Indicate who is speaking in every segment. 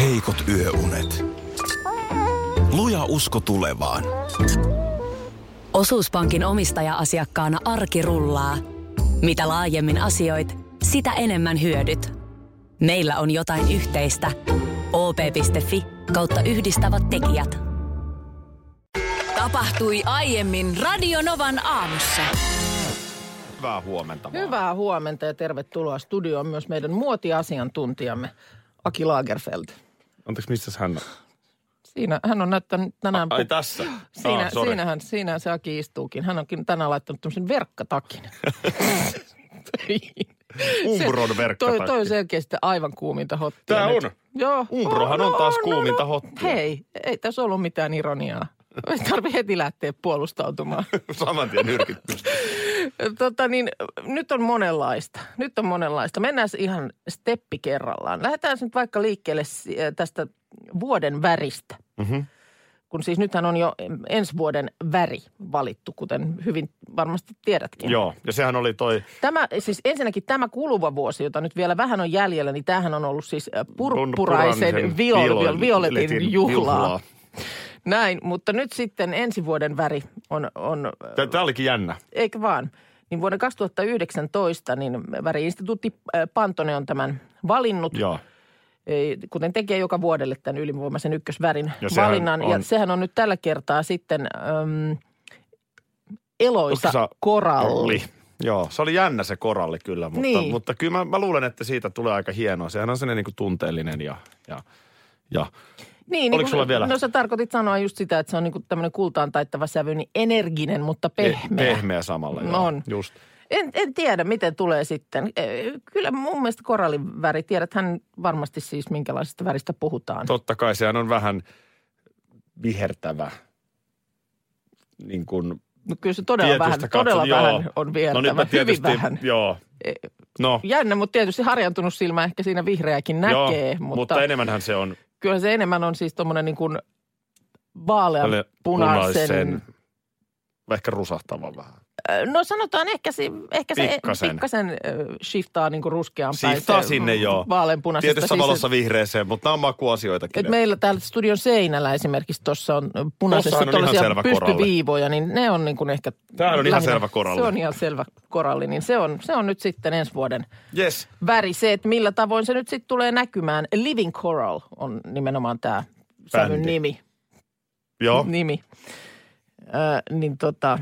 Speaker 1: heikot yöunet. Luja usko tulevaan.
Speaker 2: Osuuspankin omistaja-asiakkaana arki rullaa. Mitä laajemmin asioit, sitä enemmän hyödyt. Meillä on jotain yhteistä. op.fi kautta yhdistävät tekijät.
Speaker 3: Tapahtui aiemmin Radionovan aamussa.
Speaker 4: Hyvää huomenta vaan.
Speaker 5: Hyvää huomenta ja tervetuloa studioon myös meidän muotiasiantuntijamme Aki Lagerfeld.
Speaker 4: Anteeksi, missä hän on?
Speaker 5: Siinä hän on näyttänyt tänään...
Speaker 4: Ai tässä?
Speaker 5: Siinä,
Speaker 4: Ah,
Speaker 5: oh,
Speaker 4: sorry.
Speaker 5: siinähän, siinä se Aki istuukin. Hän onkin tänään laittanut tämmöisen verkkatakin.
Speaker 4: Umbron verkkatakki.
Speaker 5: Toi, toi on selkeästi aivan kuuminta hottia.
Speaker 4: Tää
Speaker 5: nyt.
Speaker 4: on.
Speaker 5: Joo. No,
Speaker 4: Umbrohan on taas kuuminta hottia.
Speaker 5: Hei, ei tässä ollut mitään ironiaa. Ei tarvi heti lähteä puolustautumaan.
Speaker 4: Saman tien nyrkit pystyyn.
Speaker 5: Tota niin, nyt on monenlaista. Nyt on monenlaista. Mennään se ihan steppi kerrallaan. Lähdetään nyt vaikka liikkeelle si- äh, tästä vuoden väristä.
Speaker 4: Mhm.
Speaker 5: Kun siis nythän on jo ensi vuoden väri valittu, kuten hyvin varmasti tiedätkin.
Speaker 4: Joo, ja sehän oli toi
Speaker 5: Tämä, siis ensinnäkin tämä kuluva vuosi, jota nyt vielä vähän on jäljellä, niin tämähän on ollut siis äh, purppuraisen
Speaker 4: Purpuraisen
Speaker 5: viol, viol,
Speaker 4: viol-
Speaker 5: violetin
Speaker 4: violetin
Speaker 5: juhlaa.
Speaker 4: juhlaa.
Speaker 5: Näin, mutta nyt sitten ensi vuoden väri on, on äh,
Speaker 4: Tämä olikin jännä.
Speaker 5: Eikö vaan? Niin vuonna 2019 niin väriinstituutti äh, Pantone on tämän valinnut,
Speaker 4: Joo.
Speaker 5: eh, kuten tekee joka vuodelle tämän ylivoimaisen ykkösvärin
Speaker 4: Ja sehän
Speaker 5: valinnan. Ja
Speaker 4: on-
Speaker 5: sehän on nyt tällä kertaa sitten äm, eloisa
Speaker 4: Onko se-
Speaker 5: koralli.
Speaker 4: Niin. Joo, se oli jännä se koralli kyllä, mutta,
Speaker 5: Niin.
Speaker 4: mutta kyllä mä, mä, luulen, että siitä tulee aika hienoa. Sehän on sellainen niin tunteellinen ja, ja, ja
Speaker 5: Niin,
Speaker 4: Oliko
Speaker 5: kun-
Speaker 4: sulla vielä?
Speaker 5: No sä tarkoitit sanoa just sitä, että se on niin tämmöinen kultaan taittava sävy, niin energinen, mutta pehmeä.
Speaker 4: Eh, pehmeä samalla. Joo.
Speaker 5: On.
Speaker 4: Just.
Speaker 5: En, en tiedä, miten tulee sitten. Eh, Kyllä mun mielestä korallin väri, tiedäthän varmasti siis minkälaisesta väristä puhutaan.
Speaker 4: Totta kai sehän on vähän vihertävä, niin kuin
Speaker 5: No kyllä se todella vähän, todella
Speaker 4: joo.
Speaker 5: vähän on
Speaker 4: No
Speaker 5: viertävä,
Speaker 4: nyt mä
Speaker 5: no hyvin
Speaker 4: tietysti,
Speaker 5: vähän. E-
Speaker 4: Joo. No,
Speaker 5: Jännä, mutta tietysti harjantunut silmä ehkä siinä vihreäkin näkee,
Speaker 4: joo,
Speaker 5: mutta,
Speaker 4: mutta enemmänhän se on
Speaker 5: kyllä se enemmän on siis tuommoinen niin kuin vaalean punaisen.
Speaker 4: punaisen, ehkä rusahtavan vähän.
Speaker 5: No sanotaan ehkä se, ehkä se e-
Speaker 4: Pikkasen.
Speaker 5: pikkasen äh, shiftaa niin kuin ruskeaan
Speaker 4: Shiftaa
Speaker 5: päin. se
Speaker 4: sinne, joo.
Speaker 5: Vaaleanpunaisesta.
Speaker 4: Tietyssä
Speaker 5: siis,
Speaker 4: valossa vihreeseen, mutta nämä on makuasioitakin.
Speaker 5: Et meillä täällä studion seinällä esimerkiksi tuossa on punaisessa
Speaker 4: Tossahan on ihan selvä
Speaker 5: tuollaisia pystyviivoja, niin ne on niin kuin ehkä...
Speaker 4: Tämähän on ihan
Speaker 5: lähinnä-
Speaker 4: selvä koralli.
Speaker 5: Se on ihan selvä koralli, niin se on, se on nyt sitten ensi vuoden
Speaker 4: Yes.
Speaker 5: väri. Se, että millä tavoin se nyt sitten tulee näkymään. Living Coral on nimenomaan tämä sävyn
Speaker 4: Bändi.
Speaker 5: nimi.
Speaker 4: Joo.
Speaker 5: nimi. Ö, niin tota,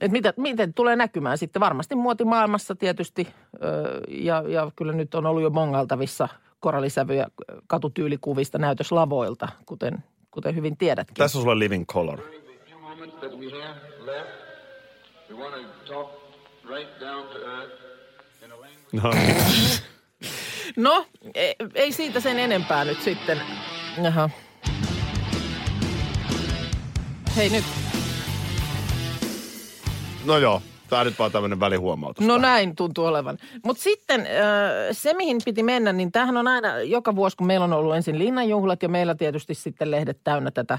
Speaker 5: et mitä, miten tulee näkymään sitten? Varmasti muotimaailmassa tietysti ö, ja, ja kyllä nyt on ollut jo mongaltavissa korallisävyjä katutyylikuvista näytöslavoilta, kuten, kuten hyvin tiedätkin.
Speaker 4: Tässä on sulle living color.
Speaker 6: few moments that we have left, we want to talk right down to earth in a language.
Speaker 4: No,
Speaker 5: No, ei, ei siitä sen enempää nyt sitten. Jaha. Hei nyt.
Speaker 4: no joo, tämä nyt vaan tämmöinen välihuomautus.
Speaker 5: No näin tuntuu olevan. Mutta sitten äh, se, mihin piti mennä, niin tämähän on aina joka vuosi, kun meillä on ollut ensin linnanjuhlat ja meillä tietysti sitten lehdet täynnä tätä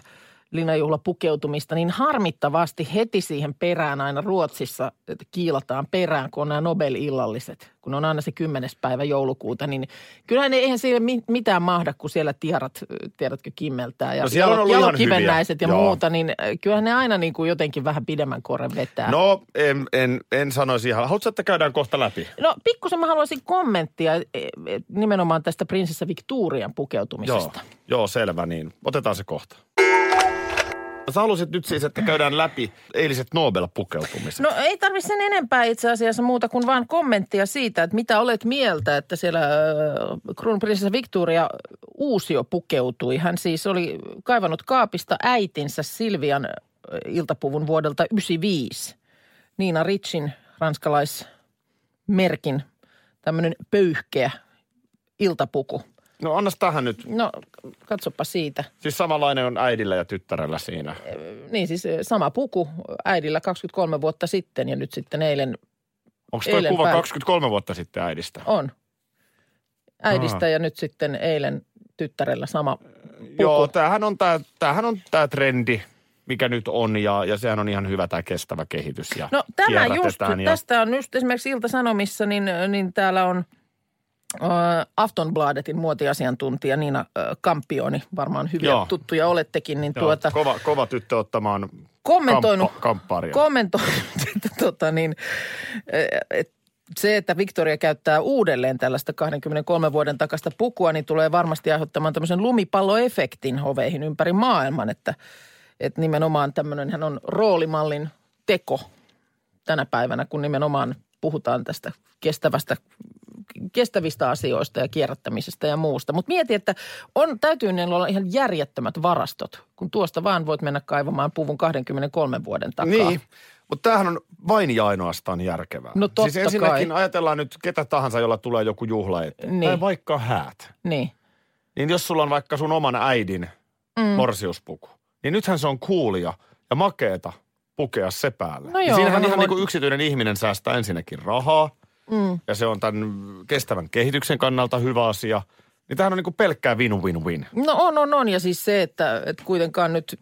Speaker 5: linnanjuhlapukeutumista, niin harmittavasti heti siihen perään aina Ruotsissa että kiilataan perään, kun on nämä Nobel-illalliset, kun on aina se 10. päivä joulukuuta, niin kyllähän ne, eihän siellä mi- mitään mahda, kun siellä tiarat, äh, tiedätkö, kimmeltää ja
Speaker 4: No siellä on ollut ihan
Speaker 5: jalokivennäiset ja
Speaker 4: hyviä, joo.
Speaker 5: muuta, niin äh, kyllähän ne aina niin kuin jotenkin vähän pidemmän korren vetää.
Speaker 4: No, en, en, en sanoisi ihan. Haluatko, että käydään kohta läpi?
Speaker 5: No pikkusen mä haluaisin kommenttia eh, eh, nimenomaan tästä prinsessa Victorian
Speaker 4: Joo,
Speaker 5: pukeutumisesta.
Speaker 4: joo, selvä niin. Otetaan se kohta. Sä halusit nyt siis, että käydään läpi eiliset Nobel-pukeutumiset.
Speaker 5: No ei tarvi sen enempää itse asiassa muuta kuin vaan kommenttia siitä, että mitä olet mieltä, että siellä äh, kruunprinsessa Victoria uusio pukeutui. Hän siis oli kaivannut kaapista äitinsä Silvian äh, iltapuvun vuodelta 95. Niina Ritsin ranskalaismerkin tämmöinen pöyhkeä iltapuku.
Speaker 4: No annas tähän nyt.
Speaker 5: No katsopa siitä.
Speaker 4: Siis samanlainen on äidillä ja tyttärellä siinä.
Speaker 5: Niin siis eh, sama puku äidillä 23 vuotta sitten ja nyt sitten eilen
Speaker 4: Onko toi
Speaker 5: Eilen
Speaker 4: kuva
Speaker 5: päivä.
Speaker 4: 23 vuotta sitten äidistä?
Speaker 5: on äidistä
Speaker 4: Aha.
Speaker 5: ja nyt sitten eilen tyttärellä sama puku.
Speaker 4: Joo, tämähän on tämä tämähän on tää trendi, mikä nyt on ja, ja sehän on ihan hyvä tämä kestävä kehitys. Ja
Speaker 5: No tämä just,
Speaker 4: kierrätetään ja,
Speaker 5: tästä on just esimerkiksi Ilta-Sanomissa, niin, niin eh, täällä on ö, Aftonbladetin muotiasiantuntija Niina ö, Kampioni, varmaan hyviä
Speaker 4: Joo.
Speaker 5: Joo. tuttuja olettekin, niin
Speaker 4: Joo,
Speaker 5: tuota,
Speaker 4: kova, kova tyttö ottamaan
Speaker 5: kommentoinut,
Speaker 4: kamppa- kampparia.
Speaker 5: kommentoinut että tota niin, et se, että Victoria käyttää uudelleen tällaista 23 vuoden takasta pukua, niin tulee varmasti aiheuttamaan tämmöisen lumipalloefektin hoveihin ympäri maailman, että, että nimenomaan tämmöinenhän on roolimallin teko tänä päivänä, kun nimenomaan puhutaan tästä kestävästä kestävistä asioista ja kierrättämisestä ja muusta. Mutta mieti, että on, täytyy niillä olla ihan järjettömät varastot, kun tuosta vaan voit mennä kaivamaan puvun 23 vuoden takaa.
Speaker 4: Niin, mutta tämähän on vain ja ainoastaan järkevää.
Speaker 5: No totta
Speaker 4: siis ensinnäkin
Speaker 5: kai.
Speaker 4: ajatellaan nyt ketä tahansa, jolla tulee joku juhla eteen.
Speaker 5: Niin.
Speaker 4: Tai vaikka häät.
Speaker 5: niin.
Speaker 4: Niin jos sulla on vaikka sun oman äidin mm. morsiuspuku, niin nythän se on kuulia ja makeeta pukea se päälle.
Speaker 5: No
Speaker 4: Niin
Speaker 5: joo,
Speaker 4: Siinähän
Speaker 5: niin
Speaker 4: ihan
Speaker 5: voi-
Speaker 4: niin kuin yksityinen ihminen säästää ensinnäkin rahaa mm. ja se on tämän kestävän kehityksen kannalta hyvä asia. Niin tämähän on niin kuin pelkkää win-win-win.
Speaker 5: No on, on, on. Ja siis se, että, että kuitenkaan nyt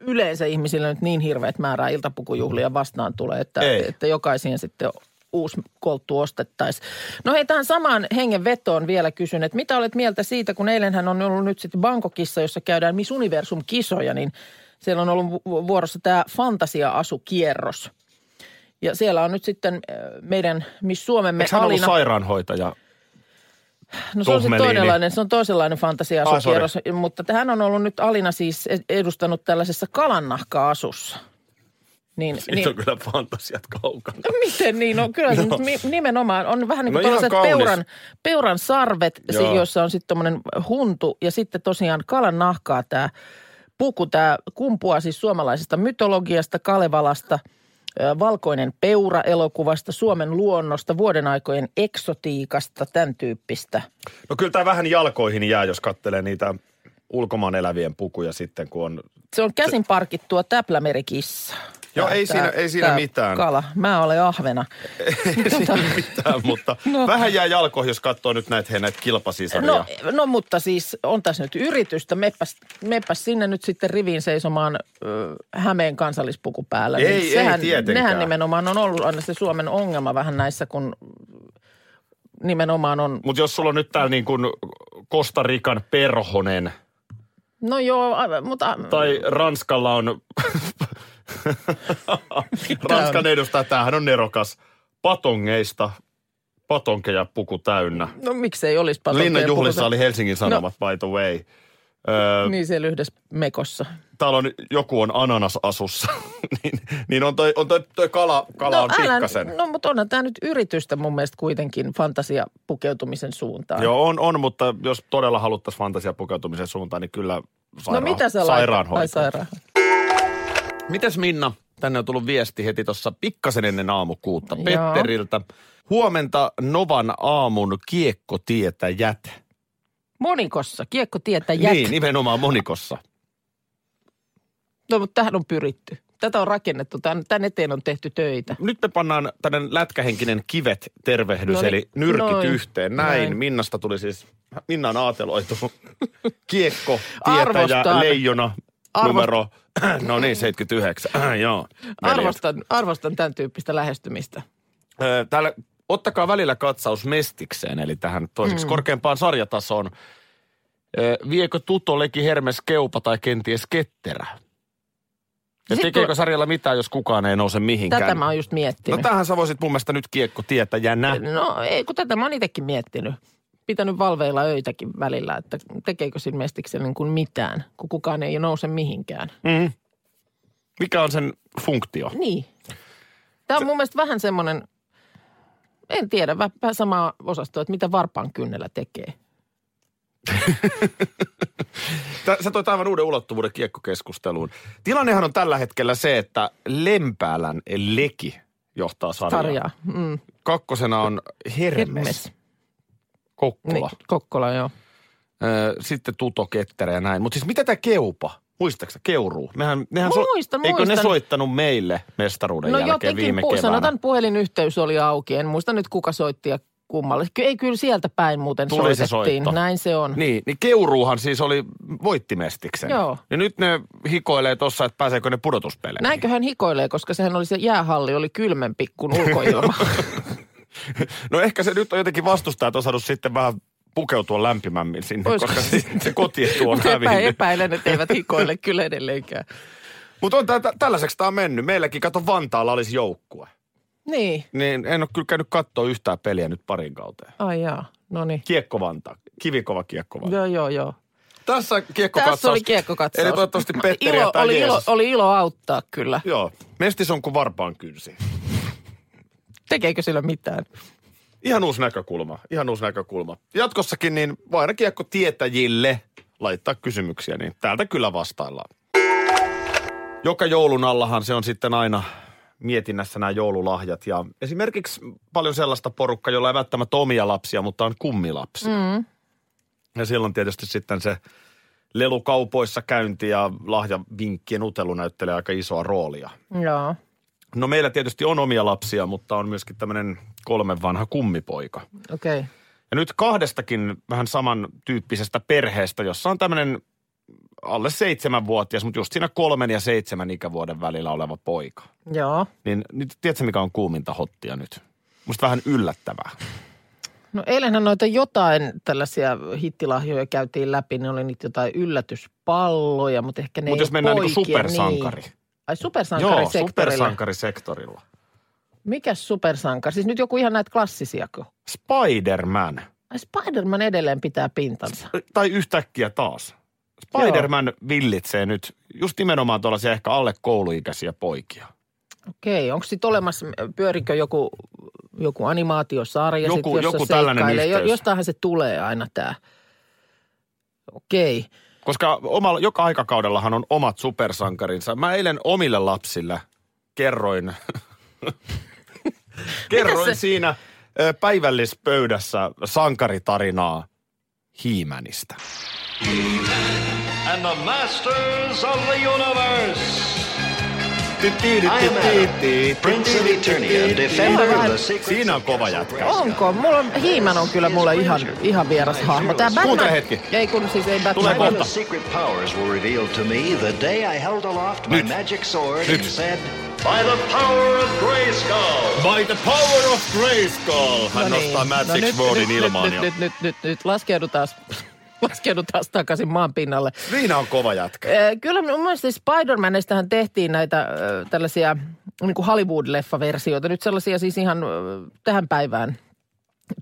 Speaker 5: yleensä ihmisillä nyt niin hirveät määrää iltapukujuhlia vastaan tulee, että,
Speaker 4: Ei.
Speaker 5: että jokaiseen sitten uusi kolttu ostettaisiin. No hei, tähän samaan hengen vetoon vielä kysyn, että mitä olet mieltä siitä, kun eilenhän on ollut nyt sitten Bangkokissa, jossa käydään Miss Universum-kisoja, niin siellä on ollut vu- vuorossa tämä fantasia-asukierros. Ja siellä on nyt sitten äh, meidän Miss Suomemme
Speaker 4: Eikö hän ollut
Speaker 5: Alina.
Speaker 4: sairaanhoitaja?
Speaker 5: No se on se
Speaker 4: Tuhmeliini.
Speaker 5: toinenlainen, se on toisenlainen fantasia-asukierros,
Speaker 4: Ai,
Speaker 5: mutta hän on ollut nyt Alina siis e- edustanut tällaisessa kalannahka-asussa. Niin, niin,
Speaker 4: kyllä fantasiat kaukana.
Speaker 5: miten niin? No kyllä se nyt mi- nimenomaan on vähän niin
Speaker 4: No
Speaker 5: kuin
Speaker 4: ihan
Speaker 5: tällaiset
Speaker 4: kaunis.
Speaker 5: peuran, peuran sarvet, se,
Speaker 4: Joo.
Speaker 5: jossa on sitten tuommoinen huntu ja sitten tosiaan kalan nahkaa tämä puku. Tämä kumpuaa siis suomalaisesta mytologiasta, Kalevalasta, ö, Valkoinen peura elokuvasta, Suomen luonnosta, vuoden aikojen eksotiikasta, tämän tyyppistä –
Speaker 4: No kyllä tämä vähän jalkoihin jää, jos kattelee niitä ulkomaan elävien pukuja sitten, kun on...
Speaker 5: Se on käsin parkittua täplämerikissa.
Speaker 4: Joo,
Speaker 5: Tää-
Speaker 4: ei siinä- ei siinä
Speaker 5: tää
Speaker 4: mitään.
Speaker 5: Kala, mä olen ahvena.
Speaker 4: Ei siinä mitään, mutta no. vähän jää jalkoihin, jos katsoo nyt näitä, hei, näitä kilpasisaria.
Speaker 5: No, no mutta siis on tässä nyt yritystä. Meppäs, meppäs sinne nyt sitten riviin seisomaan ö, Hämeen kansallispuku päällä. Niin
Speaker 4: Ei, ei tietenkään.
Speaker 5: Nehän nimenomaan on ollut aina se Suomen ongelma vähän näissä, kun nimenomaan on...
Speaker 4: Mutta jos sulla on nyt täällä niin kuin Kostarikan perhonen,
Speaker 5: No joo, a- mutta...
Speaker 4: tai Ranskalla on... Ranskan edustaja, tämähän on nerokas. Patongeista, patonkeja puku täynnä.
Speaker 5: No miksei olisi patonkeja
Speaker 4: Linnan juhlissa
Speaker 5: puhuta.
Speaker 4: oli Helsingin Sanomat, no. by the way. Öö,
Speaker 5: Niin siellä yhdessä mekossa.
Speaker 4: täällä on, joku on ananasasussa, niin, niin on toi, on toi, toi kala, kala no, on
Speaker 5: älä-
Speaker 4: pikkasen.
Speaker 5: No mutta onhan tämä nyt yritystä mun mielestä kuitenkin fantasia pukeutumisen suuntaan.
Speaker 4: Joo, on, on, mutta jos todella haluttaisiin fantasia pukeutumisen suuntaan, niin kyllä
Speaker 5: No
Speaker 4: sairaan,
Speaker 5: mitä sä
Speaker 4: sairaanhoito.
Speaker 5: laitat? sairaan.
Speaker 4: Mites Minna? Tänne on tullut viesti heti tuossa pikkasen ennen aamukuutta
Speaker 5: Joo.
Speaker 4: Petteriltä. Huomenta Novan aamun kiekkotietäjät.
Speaker 5: Monikossa, kiekko tietää jät.
Speaker 4: Niin, nimenomaan monikossa.
Speaker 5: No mutta tähän on pyritty. Tätä on rakennettu, tämän, tämän eteen on tehty töitä.
Speaker 4: Nyt me pannaan tänne lätkähenkinen kivet tervehdys,
Speaker 5: Noniin.
Speaker 4: eli nyrkit
Speaker 5: No niin. Noin.
Speaker 4: yhteen. Näin.
Speaker 5: Noin.
Speaker 4: Minnasta tuli siis, Minna on aateloitu. Kiekko, tietäjä,
Speaker 5: Arvostan.
Speaker 4: leijona,
Speaker 5: Arvostan.
Speaker 4: numero, no niin, 79, joo. veljet.
Speaker 5: Arvostan, arvostan tämän tyyppistä lähestymistä.
Speaker 4: Ö, Täällä ottakaa välillä katsaus mestikseen, eli tähän toiseksi mm. korkeampaan sarjatasoon. Ö, Viekö Tuto, Leki, Hermes, Keupa tai kenties Ketterä? Ja
Speaker 5: Sit
Speaker 4: tekeekö
Speaker 5: tuli-
Speaker 4: sarjalla mitään, jos kukaan ei nouse mihinkään?
Speaker 5: Tätä mä oon just
Speaker 4: No
Speaker 5: miettinyt.
Speaker 4: tähän sä voisit mun mielestä nyt kiekko tietäjänä.
Speaker 5: no ei, kun tätä mä oon itsekin miettinyt. Pitänyt valveilla öitäkin välillä, että tekeekö siinä mestiksellä niin kuin mitään, kun kukaan ei nouse mihinkään.
Speaker 4: Mm. Mikä on sen funktio?
Speaker 5: Niin. Tämä on mun mielestä vähän semmoinen, en tiedä, vä- vähän samaa osastoa, että mitä varpaan kynnellä tekee.
Speaker 4: Tä- Sä toit aivan uuden ulottuvuuden kiekkokeskusteluun. Tilannehan on tällä hetkellä se, että Lempäälän leki johtaa sarjaa.
Speaker 5: Tarjaa. Mm.
Speaker 4: Kakkosena on Hermes, Hermes.
Speaker 5: Hermes.
Speaker 4: Kokkola.
Speaker 5: Niin, Kokkola, joo. Niin.
Speaker 4: Öö, sitten Tuto Ketterä ja näin. Mutta siis mitä tämä Keupa? Muistaaksä Keuruu? Mehän, nehän
Speaker 5: Mä muistan,
Speaker 4: Eikö ne
Speaker 5: muistan.
Speaker 4: soittanut meille mestaruuden
Speaker 5: No
Speaker 4: jälkeen
Speaker 5: jotenkin,
Speaker 4: viime
Speaker 5: pu-
Speaker 4: keväänä?
Speaker 5: sanotaan puhelinyhteys oli auki. En muista nyt kuka soitti ja kummalle. Ky- ei kyllä sieltä päin muuten
Speaker 4: Tuli se
Speaker 5: soitettiin.
Speaker 4: soitto.
Speaker 5: Näin se on.
Speaker 4: Niin, niin Keuruuhan siis oli voittimestiksen.
Speaker 5: Joo.
Speaker 4: Ja nyt ne hikoilee tossa, että pääseekö ne pudotuspeleihin.
Speaker 5: Näinkö hän hikoilee, koska sehän oli se jäähalli, oli kylmempi kuin ulkoilma.
Speaker 4: No ehkä se nyt on jotenkin vastustajat osannut sitten vähän pukeutua lämpimämmin sinne,
Speaker 5: Olisiko
Speaker 4: koska
Speaker 5: se-
Speaker 4: se, se kotietu on
Speaker 5: Mutta epä,
Speaker 4: hävinnyt.
Speaker 5: epäilen, että eivät hikoile kyllä edelleenkään.
Speaker 4: Mutta on tää, tä- tällaiseksi tämä on mennyt. Meilläkin, kato, Vantaalla olisi joukkue.
Speaker 5: Niin,
Speaker 4: Niin en ole kyllä käynyt katsoa yhtään peliä nyt parin kauteen.
Speaker 5: ai jaa, no niin.
Speaker 4: Kiekko Vantaa. Kivikova kiekko Vantaa.
Speaker 5: Joo, joo, joo.
Speaker 4: Tässä kiekkokatsaus.
Speaker 5: Tässä oli kiekkokatsaus.
Speaker 4: Eli toivottavasti Petteri
Speaker 5: ilo,
Speaker 4: ilo,
Speaker 5: oli, ilo, oli ilo auttaa kyllä.
Speaker 4: Joo. Mestis on kuin varpaan kynsi.
Speaker 5: Tekeekö sillä mitään?
Speaker 4: Ihan uusi näkökulma, ihan uusi näkökulma. Jatkossakin niin voi aina kiekkotietäjille laittaa kysymyksiä, niin täältä kyllä vastaillaan. Joka joulun allahan se on sitten aina mietinnässä nämä joululahjat. Ja esimerkiksi paljon sellaista porukkaa, jolla ei välttämättä omia lapsia, mutta on kummilapsia. Mm. Ja silloin tietysti sitten se lelukaupoissa käynti ja lahjavinkkien utelu näyttelee aika isoa roolia.
Speaker 5: Joo.
Speaker 4: No meillä tietysti on omia lapsia, mutta on myöskin tämmöinen kolmen vanha kummipoika.
Speaker 5: Okei. Okay.
Speaker 4: Ja nyt kahdestakin vähän samantyyppisestä perheestä, jossa on tämmöinen alle seitsemänvuotias, mutta just siinä kolmen ja seitsemän ikävuoden välillä oleva poika.
Speaker 5: Joo.
Speaker 4: Niin nyt tiedätkö, mikä on kuuminta hottia nyt? Musta vähän yllättävää.
Speaker 5: No eilenhän noita jotain tällaisia hittilahjoja käytiin läpi, niin oli niitä jotain yllätyspalloja, mutta ehkä ne
Speaker 4: Mutta
Speaker 5: ei
Speaker 4: jos
Speaker 5: ole
Speaker 4: mennään niinku
Speaker 5: poikia,
Speaker 4: supersankari.
Speaker 5: Niin. Ai supersankari
Speaker 4: Joo, supersankarisektorilla.
Speaker 5: Mikä supersankari? Siis nyt joku ihan näitä klassisia.
Speaker 4: Spider-Man.
Speaker 5: Ai Spider-Man edelleen pitää pintansa.
Speaker 4: Tai yhtäkkiä taas. Spider-Man villitsee nyt just nimenomaan tuollaisia ehkä alle kouluikäisiä poikia.
Speaker 5: Okei, onko sitten olemassa, pyörikö joku, joku animaatiosarja?
Speaker 4: Joku-
Speaker 5: sit, jossa
Speaker 4: joku tällainen
Speaker 5: seikkailee? Jo-
Speaker 4: yhteys.
Speaker 5: Jostainhan se tulee aina tämä. Okei.
Speaker 4: Koska omalla, joka aikakaudellahan on omat supersankarinsa. Mä eilen omille lapsille kerroin, kerroin siinä ö, päivällispöydässä sankaritarinaa Hiimänistä.
Speaker 7: and the masters of the universe. Prince of Eternia, defender of the secrets
Speaker 4: Siinä on
Speaker 7: of
Speaker 4: kova
Speaker 7: Castle
Speaker 4: jätkä.
Speaker 7: Grayskull.
Speaker 5: Onko? Mulla on, Hiiman on kyllä mulle ihan, ihan vieras hahmo. Tää Batman,
Speaker 4: Kuuntele hetki.
Speaker 5: Ei kun siis ei Batman.
Speaker 4: Tulee
Speaker 7: My
Speaker 4: kohta.
Speaker 7: little secret powers were revealed to me the day I held aloft my
Speaker 4: Nyt.
Speaker 7: magic sword
Speaker 4: Nyt.
Speaker 7: and said, By the power of Grayskull,
Speaker 4: By the power of Grayskull! Hän
Speaker 5: No
Speaker 4: nostaa
Speaker 5: niin.
Speaker 4: Magic
Speaker 5: nyt-
Speaker 4: Swordin
Speaker 5: nyt-
Speaker 4: ilmaan.
Speaker 5: Nyt,
Speaker 4: ja-
Speaker 5: nyt, nyt, nyt, nyt, nyt laskeudutaan, laskeudutaan takaisin maan pinnalle.
Speaker 4: Siinä on kova jätkä.
Speaker 5: Ö, Kyllä mun mielestä Spider-Manistähän tehtiin näitä ö, tällaisia niin kuin Hollywood-leffaversioita. Nyt sellaisia siis ihan ö, tähän päivään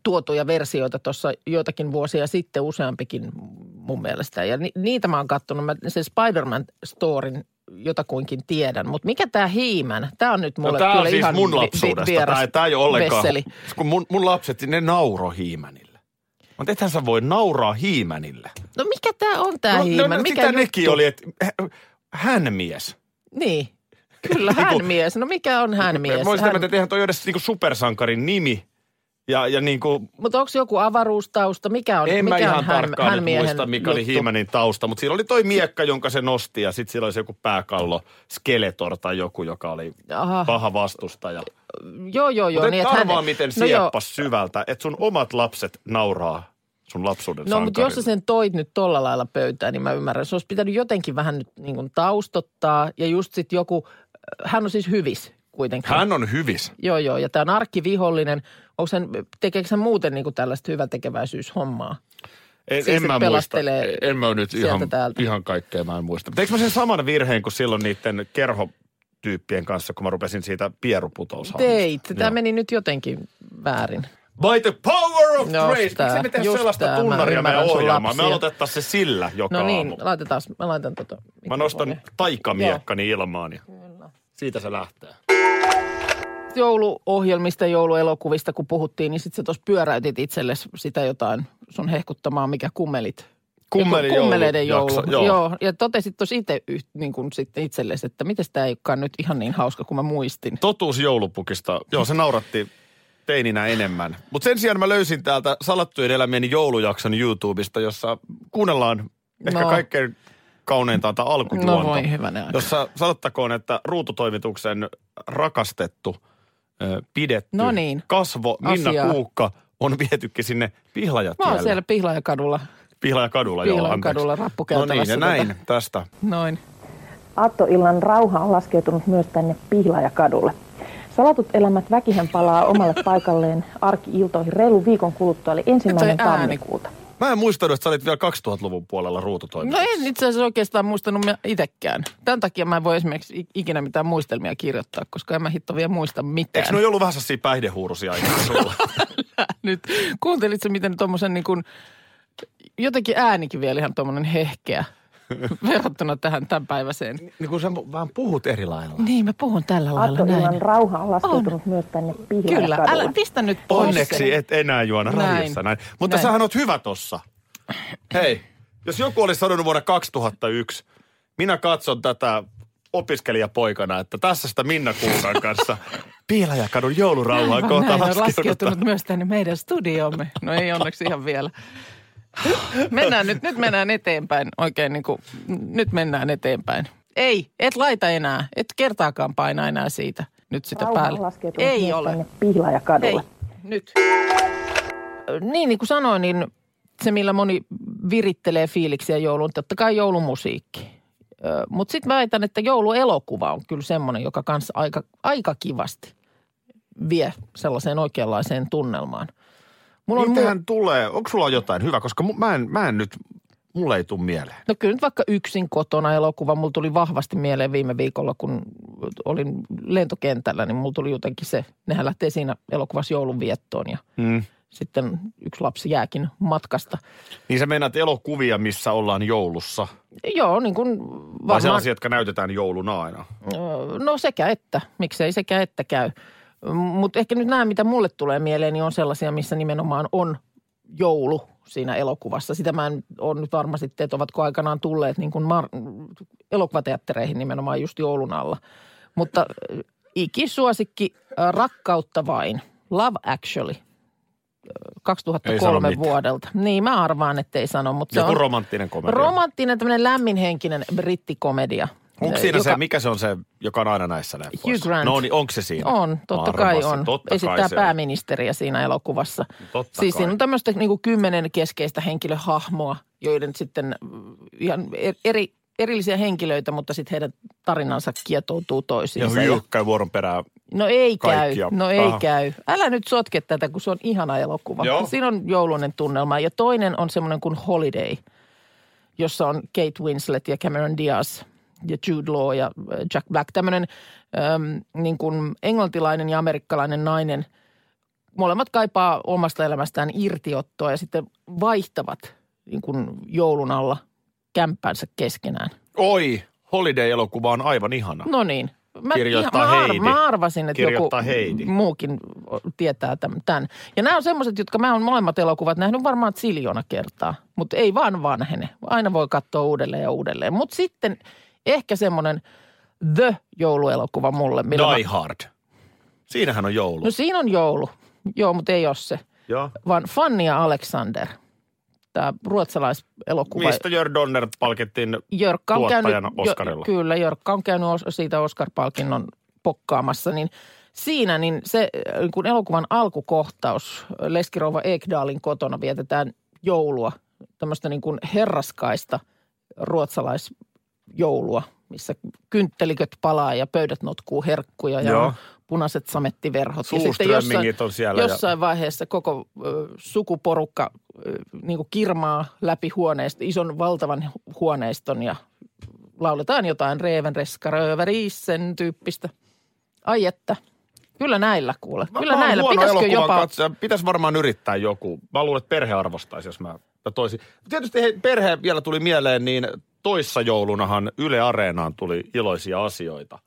Speaker 5: tuotuja versioita tuossa joitakin vuosia sitten, useampikin mun mielestä. Ja ni- niitä mä oon kattonut, mä sen Spider-Man-storin jotakuinkin tiedän. Mutta mikä tämä hiimän? Tämä on nyt mulle
Speaker 4: No, tää
Speaker 5: kyllä
Speaker 4: on siis
Speaker 5: ihan vi-
Speaker 4: mun
Speaker 5: vi-
Speaker 4: lapsuudesta.
Speaker 5: vieras
Speaker 4: tää, tää ei ole ollenkaan.
Speaker 5: vesseli.
Speaker 4: Kun mun, mun lapset, ne nauro hiimänille. Mutta ethän sä voi nauraa hiimänille.
Speaker 5: No mikä tämä on tämä
Speaker 4: no,
Speaker 5: hiimän?
Speaker 4: no,
Speaker 5: mikä
Speaker 4: sitä
Speaker 5: juttu?
Speaker 4: nekin oli, että hän mies.
Speaker 5: Niin. Kyllä hän mies. No mikä on hän mies?
Speaker 4: Mä olin sitä
Speaker 5: Hän-
Speaker 4: mieltä, että eihän toi ole edes niinku supersankarin nimi. Ja, ja niinku,
Speaker 5: Mutta onko joku avaruustausta? Mikä on,
Speaker 4: en
Speaker 5: mikä
Speaker 4: mä ihan
Speaker 5: on hän,
Speaker 4: tarkkaan
Speaker 5: hän
Speaker 4: nyt
Speaker 5: miehen
Speaker 4: muista, mikä
Speaker 5: juttu?
Speaker 4: oli Hiimanin tausta. Mutta siinä oli toi miekka, jonka se nosti ja sitten siellä oli se joku pääkallo, Skeletor tai joku, joka oli
Speaker 5: Aha.
Speaker 4: paha vastustaja.
Speaker 5: Joo, joo, joo.
Speaker 4: Mutta et
Speaker 5: että
Speaker 4: arvaa,
Speaker 5: hän-
Speaker 4: miten
Speaker 5: no, joo.
Speaker 4: sieppas syvältä, että sun omat lapset nauraa sun lapsuuden
Speaker 5: No, mutta jos sä
Speaker 4: sankarille.
Speaker 5: sen toit nyt tolla lailla pöytään, niin mä ymmärrän. Se olisi pitänyt jotenkin vähän nyt niin kuin taustottaa ja just sit joku, hän on siis hyvis kuitenkin.
Speaker 4: Hän on hyvis.
Speaker 5: Joo, joo, ja tämä on arkkivihollinen. Onko hän, tekeekö hän muuten niin kuin tällaista hyväntekeväisyyshommaa?
Speaker 4: En,
Speaker 5: Siis
Speaker 4: en
Speaker 5: se
Speaker 4: mä muista.
Speaker 5: pelastelee
Speaker 4: En mä nyt
Speaker 5: sieltä
Speaker 4: ihan,
Speaker 5: täältä.
Speaker 4: ihan kaikkea mä en muista. Teekö mä sen saman virheen kuin silloin niiden kerhotyyppien kanssa, kun mä rupesin siitä pieruputoushammasta?
Speaker 5: Teit, tämä meni nyt jotenkin väärin.
Speaker 4: By the power of
Speaker 5: Just
Speaker 4: grace! Miksi
Speaker 5: tää,
Speaker 4: me tehdä
Speaker 5: just
Speaker 4: sellaista
Speaker 5: tää, mä
Speaker 4: tunnaria meidän
Speaker 5: ymmärrän sun
Speaker 4: ohjelmaan? Me
Speaker 5: lapsia.
Speaker 4: aloitettaisiin se sillä joka
Speaker 5: No niin,
Speaker 4: aamu.
Speaker 5: laitetaan, mä laitan tota.
Speaker 4: Mä nostan taikamiekkani ilmaan ja siitä se lähtee.
Speaker 5: jouluohjelmista, jouluelokuvista, kun puhuttiin, niin sitten sä tuossa pyöräytit itsellesi sitä jotain sun hehkuttamaa, mikä kummelit.
Speaker 4: Kummelin
Speaker 5: Joku kummeleiden joulu.
Speaker 4: joulujakso,
Speaker 5: Joo.
Speaker 4: joo.
Speaker 5: joo. ja totesit tuossa itse niin kuin sitten itsellesi, että miten tämä ei olekaan nyt ihan niin hauska kuin mä muistin.
Speaker 4: Totuus joulupukista. Joo, se nauratti teininä enemmän. Mutta sen sijaan mä löysin täältä Salattujen elämieni joulujakson YouTubesta, jossa kuunnellaan ehkä
Speaker 5: No.
Speaker 4: kaikkein kauneinta tämä alkutuonto.
Speaker 5: No voi hyvänä aika.
Speaker 4: Jossa sanottakoon, että ruututoimituksen rakastettu, ö, pidetty,
Speaker 5: No niin.
Speaker 4: kasvo Minna
Speaker 5: Asiaa.
Speaker 4: Kuukka on vietykin sinne
Speaker 5: Mä
Speaker 4: Pihlajatielle.
Speaker 5: oon siellä Pihlajakadulla,
Speaker 4: Pihlajakadulla, joo, anteeksi.
Speaker 5: Pihlajakadulla
Speaker 4: No
Speaker 5: rappukäytävässä.
Speaker 4: niin, ja
Speaker 5: tota-
Speaker 4: näin tästä.
Speaker 5: Noin.
Speaker 8: Aattoillan rauha on laskeutunut myös tänne Pihlaajakadulle. Salatut elämät väkihän palaa omalle paikalleen arki-iltoihin reilu viikon kuluttua, eli ensimmäinen
Speaker 5: ääni.
Speaker 8: tammikuuta.
Speaker 4: Mä en muistanut, että sä olit vielä 2000-luvun puolella ruututoimitus.
Speaker 5: No en itse asiassa oikeastaan muistanut mä itsekään. Tämän takia mä en voi esimerkiksi ik- ikinä mitään muistelmia kirjoittaa, koska en mä hitto vielä muista mitään.
Speaker 4: Eikö ne ollut vähän sellaisia päihdehuurusia aikaa sulla?
Speaker 5: nyt. Kuuntelitko miten tuommoisen niin kuin, jotenkin äänikin vielä ihan tuommoinen hehkeä verrattuna tähän tämänpäiväiseen.
Speaker 4: niin kun sä vähän puhut eri lailla.
Speaker 5: Niin, mä puhun tällä lailla
Speaker 8: Aattoillan
Speaker 5: näin.
Speaker 8: rauha on laskeutunut myös tänne
Speaker 5: Kyllä,
Speaker 8: Pihlajankadulle.
Speaker 5: älä pistä nyt pois.
Speaker 4: Onneksi et enää juona
Speaker 5: Näin.
Speaker 4: radiossa näin. Mutta
Speaker 5: Näin.
Speaker 4: sähän oot hyvä tossa. Hei, jos joku olisi sanonut vuonna 2001, minä katson tätä opiskelijapoikana, että tässä sitä Minna Kuukan kanssa Piilajakadun joulurauhaa Niin
Speaker 5: Aivan
Speaker 4: kohta
Speaker 5: näin, on
Speaker 4: laskeudutaan.
Speaker 5: laskeutunut myös tänne meidän studioomme. No ei onneksi ihan vielä. Mennään nyt, nyt mennään eteenpäin oikein niin kuin, nyt mennään eteenpäin. Ei, et laita enää, et kertaakaan paina enää siitä nyt sitä
Speaker 8: Rauha
Speaker 5: päälle.
Speaker 8: on laskeutunut
Speaker 5: Ei
Speaker 8: myös
Speaker 5: ole.
Speaker 8: tänne Pihlajankadulle.
Speaker 5: Ei, nyt. Niin, niin kuin sanoin, niin se millä moni virittelee fiiliksiä jouluun, totta kai joulumusiikki. Mutta sitten väitän, että jouluelokuva on kyllä semmoinen, joka kanssa aika, aika kivasti vie sellaiseen oikeanlaiseen tunnelmaan. Mulla on muu...
Speaker 4: Mitähän tulee? Onko sulla jotain hyvä? Koska mu- mä en, mä en nyt, mulle ei tule mieleen.
Speaker 5: No kyllä nyt vaikka yksin kotona elokuva, mulla tuli vahvasti mieleen viime viikolla, kun olin lentokentällä, niin mulla tuli jotenkin se, nehän lähtee siinä elokuvassa joulunviettoon ja
Speaker 4: Mm.
Speaker 5: sitten yksi lapsi jääkin matkasta.
Speaker 4: Niin sä meinaat elokuvia, missä ollaan joulussa.
Speaker 5: Joo, niin kuin
Speaker 4: Vai
Speaker 5: varmaan,
Speaker 4: sellaisia, jotka näytetään jouluna aina.
Speaker 5: Öö, no sekä että, miksei sekä että käy. Mutta ehkä nyt nämä, mitä mulle tulee mieleen, niin on sellaisia, missä nimenomaan on joulu siinä elokuvassa. Sitä mä en ole nyt varma sitten, että ovatko aikanaan tulleet niin kuin mar- elokuvateattereihin nimenomaan just joulun alla. Mutta ö, ikisuosikki ö, Rakkautta vain, Love Actually, ö,
Speaker 4: sano
Speaker 5: 2003
Speaker 4: mitään.
Speaker 5: vuodelta. Niin mä arvaan, että ei sano, mutta se
Speaker 4: Joku
Speaker 5: on...
Speaker 4: romanttinen komedia.
Speaker 5: Romanttinen, tämmöinen lämminhenkinen brittikomedia.
Speaker 4: Onko siinä
Speaker 5: Joka-
Speaker 4: se, mikä se on se, joka on aina näissä leffoissa?
Speaker 5: Hugh Grant.
Speaker 4: No niin, onko se siinä?
Speaker 5: On, totta
Speaker 4: Varmasti,
Speaker 5: kai on.
Speaker 4: Totta
Speaker 5: Esittää
Speaker 4: kai se on.
Speaker 5: pääministeriä siinä elokuvassa.
Speaker 4: Totta
Speaker 5: siis
Speaker 4: kai.
Speaker 5: siinä on tämmöistä niin kymmenen keskeistä henkilöhahmoa, joiden sitten mm, ihan er- eri, erillisiä henkilöitä, mutta sitten heidän tarinansa kietoutuu
Speaker 4: Ja
Speaker 5: toisiinsa.
Speaker 4: Hugh käy vuoron perään.
Speaker 5: No ei
Speaker 4: Kaikkia.
Speaker 5: käy, no ei
Speaker 4: Aha.
Speaker 5: käy. Älä nyt sotke tätä, kun se on ihana elokuva.
Speaker 4: Joo.
Speaker 5: Siinä on joulunen tunnelma. Ja toinen on semmoinen kuin Holiday, jossa on Kate Winslet ja Cameron Diaz ja Jude Law ja äh, Jack Black. Tämmöinen äm, niin kuin englantilainen ja amerikkalainen nainen. Molemmat kaipaa omasta elämästään irtiottoa ja sitten vaihtavat niin kuin joulun alla kämppänsä keskenään.
Speaker 4: Oi, Holiday-elokuva on aivan ihana.
Speaker 5: No niin. Mä,
Speaker 4: Kirjoittaa
Speaker 5: mä, ar-
Speaker 4: Heidi.
Speaker 5: mä arvasin, että joku
Speaker 4: Kirjoittaa Heidi.
Speaker 5: muukin tietää täm- tämän. Ja nämä on semmoiset, jotka mä oon molemmat elokuvat nähnyt varmaan siljona kertaa, mutta ei vaan vanhene. Aina voi katsoa uudelleen ja uudelleen. Mutta sitten ehkä semmoinen The-jouluelokuva mulle. millä mä-
Speaker 4: Die Hard. Siinähän on joulu.
Speaker 5: No siinä on joulu. Joo, mutta ei ole se.
Speaker 4: Joo.
Speaker 5: Vaan Fanny ja Alexander, tämä ruotsalaiselokuva.
Speaker 4: Mistä Jörg Donner palkittiin?
Speaker 5: Jörkka on käynyt,
Speaker 4: tuottajana Oscarilla.
Speaker 5: kyllä, Jörkka on käynyt os, siitä Oscar-palkinnon pokkaamassa, niin siinä niin se äh, niin kun elokuvan alkukohtaus, äh, Leskirouva Ekdaalin kotona vietetään joulua, tämmöistä niin kuin herraskaista ruotsalaisjoulua, missä kyntteliköt palaa ja pöydät notkuu herkkuja ja
Speaker 4: Joo.
Speaker 5: on punaiset samettiverhot. Ja sitten jossain,
Speaker 4: Suuströmmingit on siellä. ja-
Speaker 5: jossain vaiheessa koko ö, sukuporukka ö, niin kuin kirmaa läpi huoneesta, ison valtavan hu- huoneiston ja lauletaan jotain Reven Reskarööveriisen tyyppistä. Ai että. Kyllä näillä kuule.
Speaker 4: Mä-
Speaker 5: Kyllä
Speaker 4: mä oon
Speaker 5: näillä.
Speaker 4: huono
Speaker 5: Pitäisikö
Speaker 4: elokuvan
Speaker 5: jopa...
Speaker 4: Katsoja. Pitäisi varmaan yrittää joku. Mä luulen, että perhe arvostaisi, jos mä mä toisin. Tietysti hei, perhe vielä tuli mieleen, niin toissa joulunahan Yle Areenaan tuli iloisia asioita.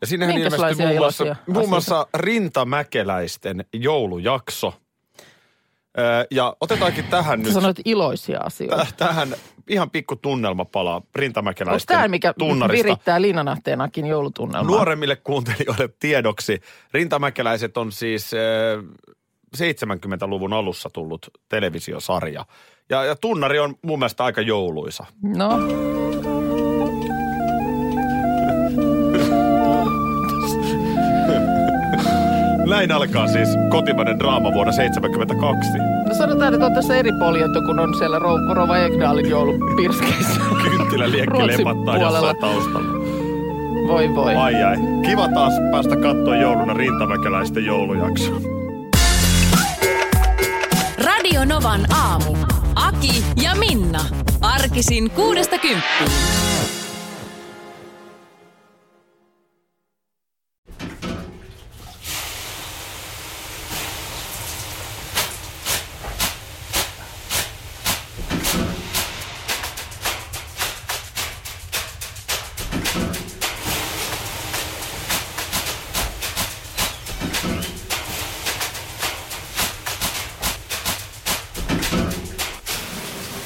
Speaker 4: Ja sinnehän
Speaker 5: Minkäslaisia
Speaker 4: ilmestyi muun muassa,
Speaker 5: iloisia
Speaker 4: muun muassa Rintamäkeläisten joulujakso. Öö, Ja otetaankin tähän
Speaker 5: Sä
Speaker 4: nyt,
Speaker 5: sanoit iloisia asioita.
Speaker 4: täh- tähän ihan pikku tunnelma palaa
Speaker 5: Onko
Speaker 4: Rintamäkeläisten
Speaker 5: tämä, mikä
Speaker 4: tunnarista.
Speaker 5: virittää liinanahteenakin joulutunnelmaa?
Speaker 4: Nuoremmille kuuntelijoille tiedoksi, rintamäkeläiset on siis äh, 70-luvun alussa tullut televisiosarja. Ja, ja tunnari on mun mielestä aika jouluisa.
Speaker 5: No.
Speaker 4: Näin alkaa siis kotimainen draama vuonna 72.
Speaker 5: no, sanotaan, että on tässä eri poljettu, kun on siellä Ro- Rova Ekdaalin joulupirskeissä.
Speaker 4: Kynttilä liekki
Speaker 5: Ruotsin
Speaker 4: lepattaa jossain
Speaker 5: puolella.
Speaker 4: taustalla.
Speaker 5: Voi voi.
Speaker 4: Ai ai. Kiva taas päästä kattoon jouluna rintamäkeläisten joulujakso.
Speaker 2: Radio Novan aamu. Aki ja Minna. Arkisin kuudesta kymppiin.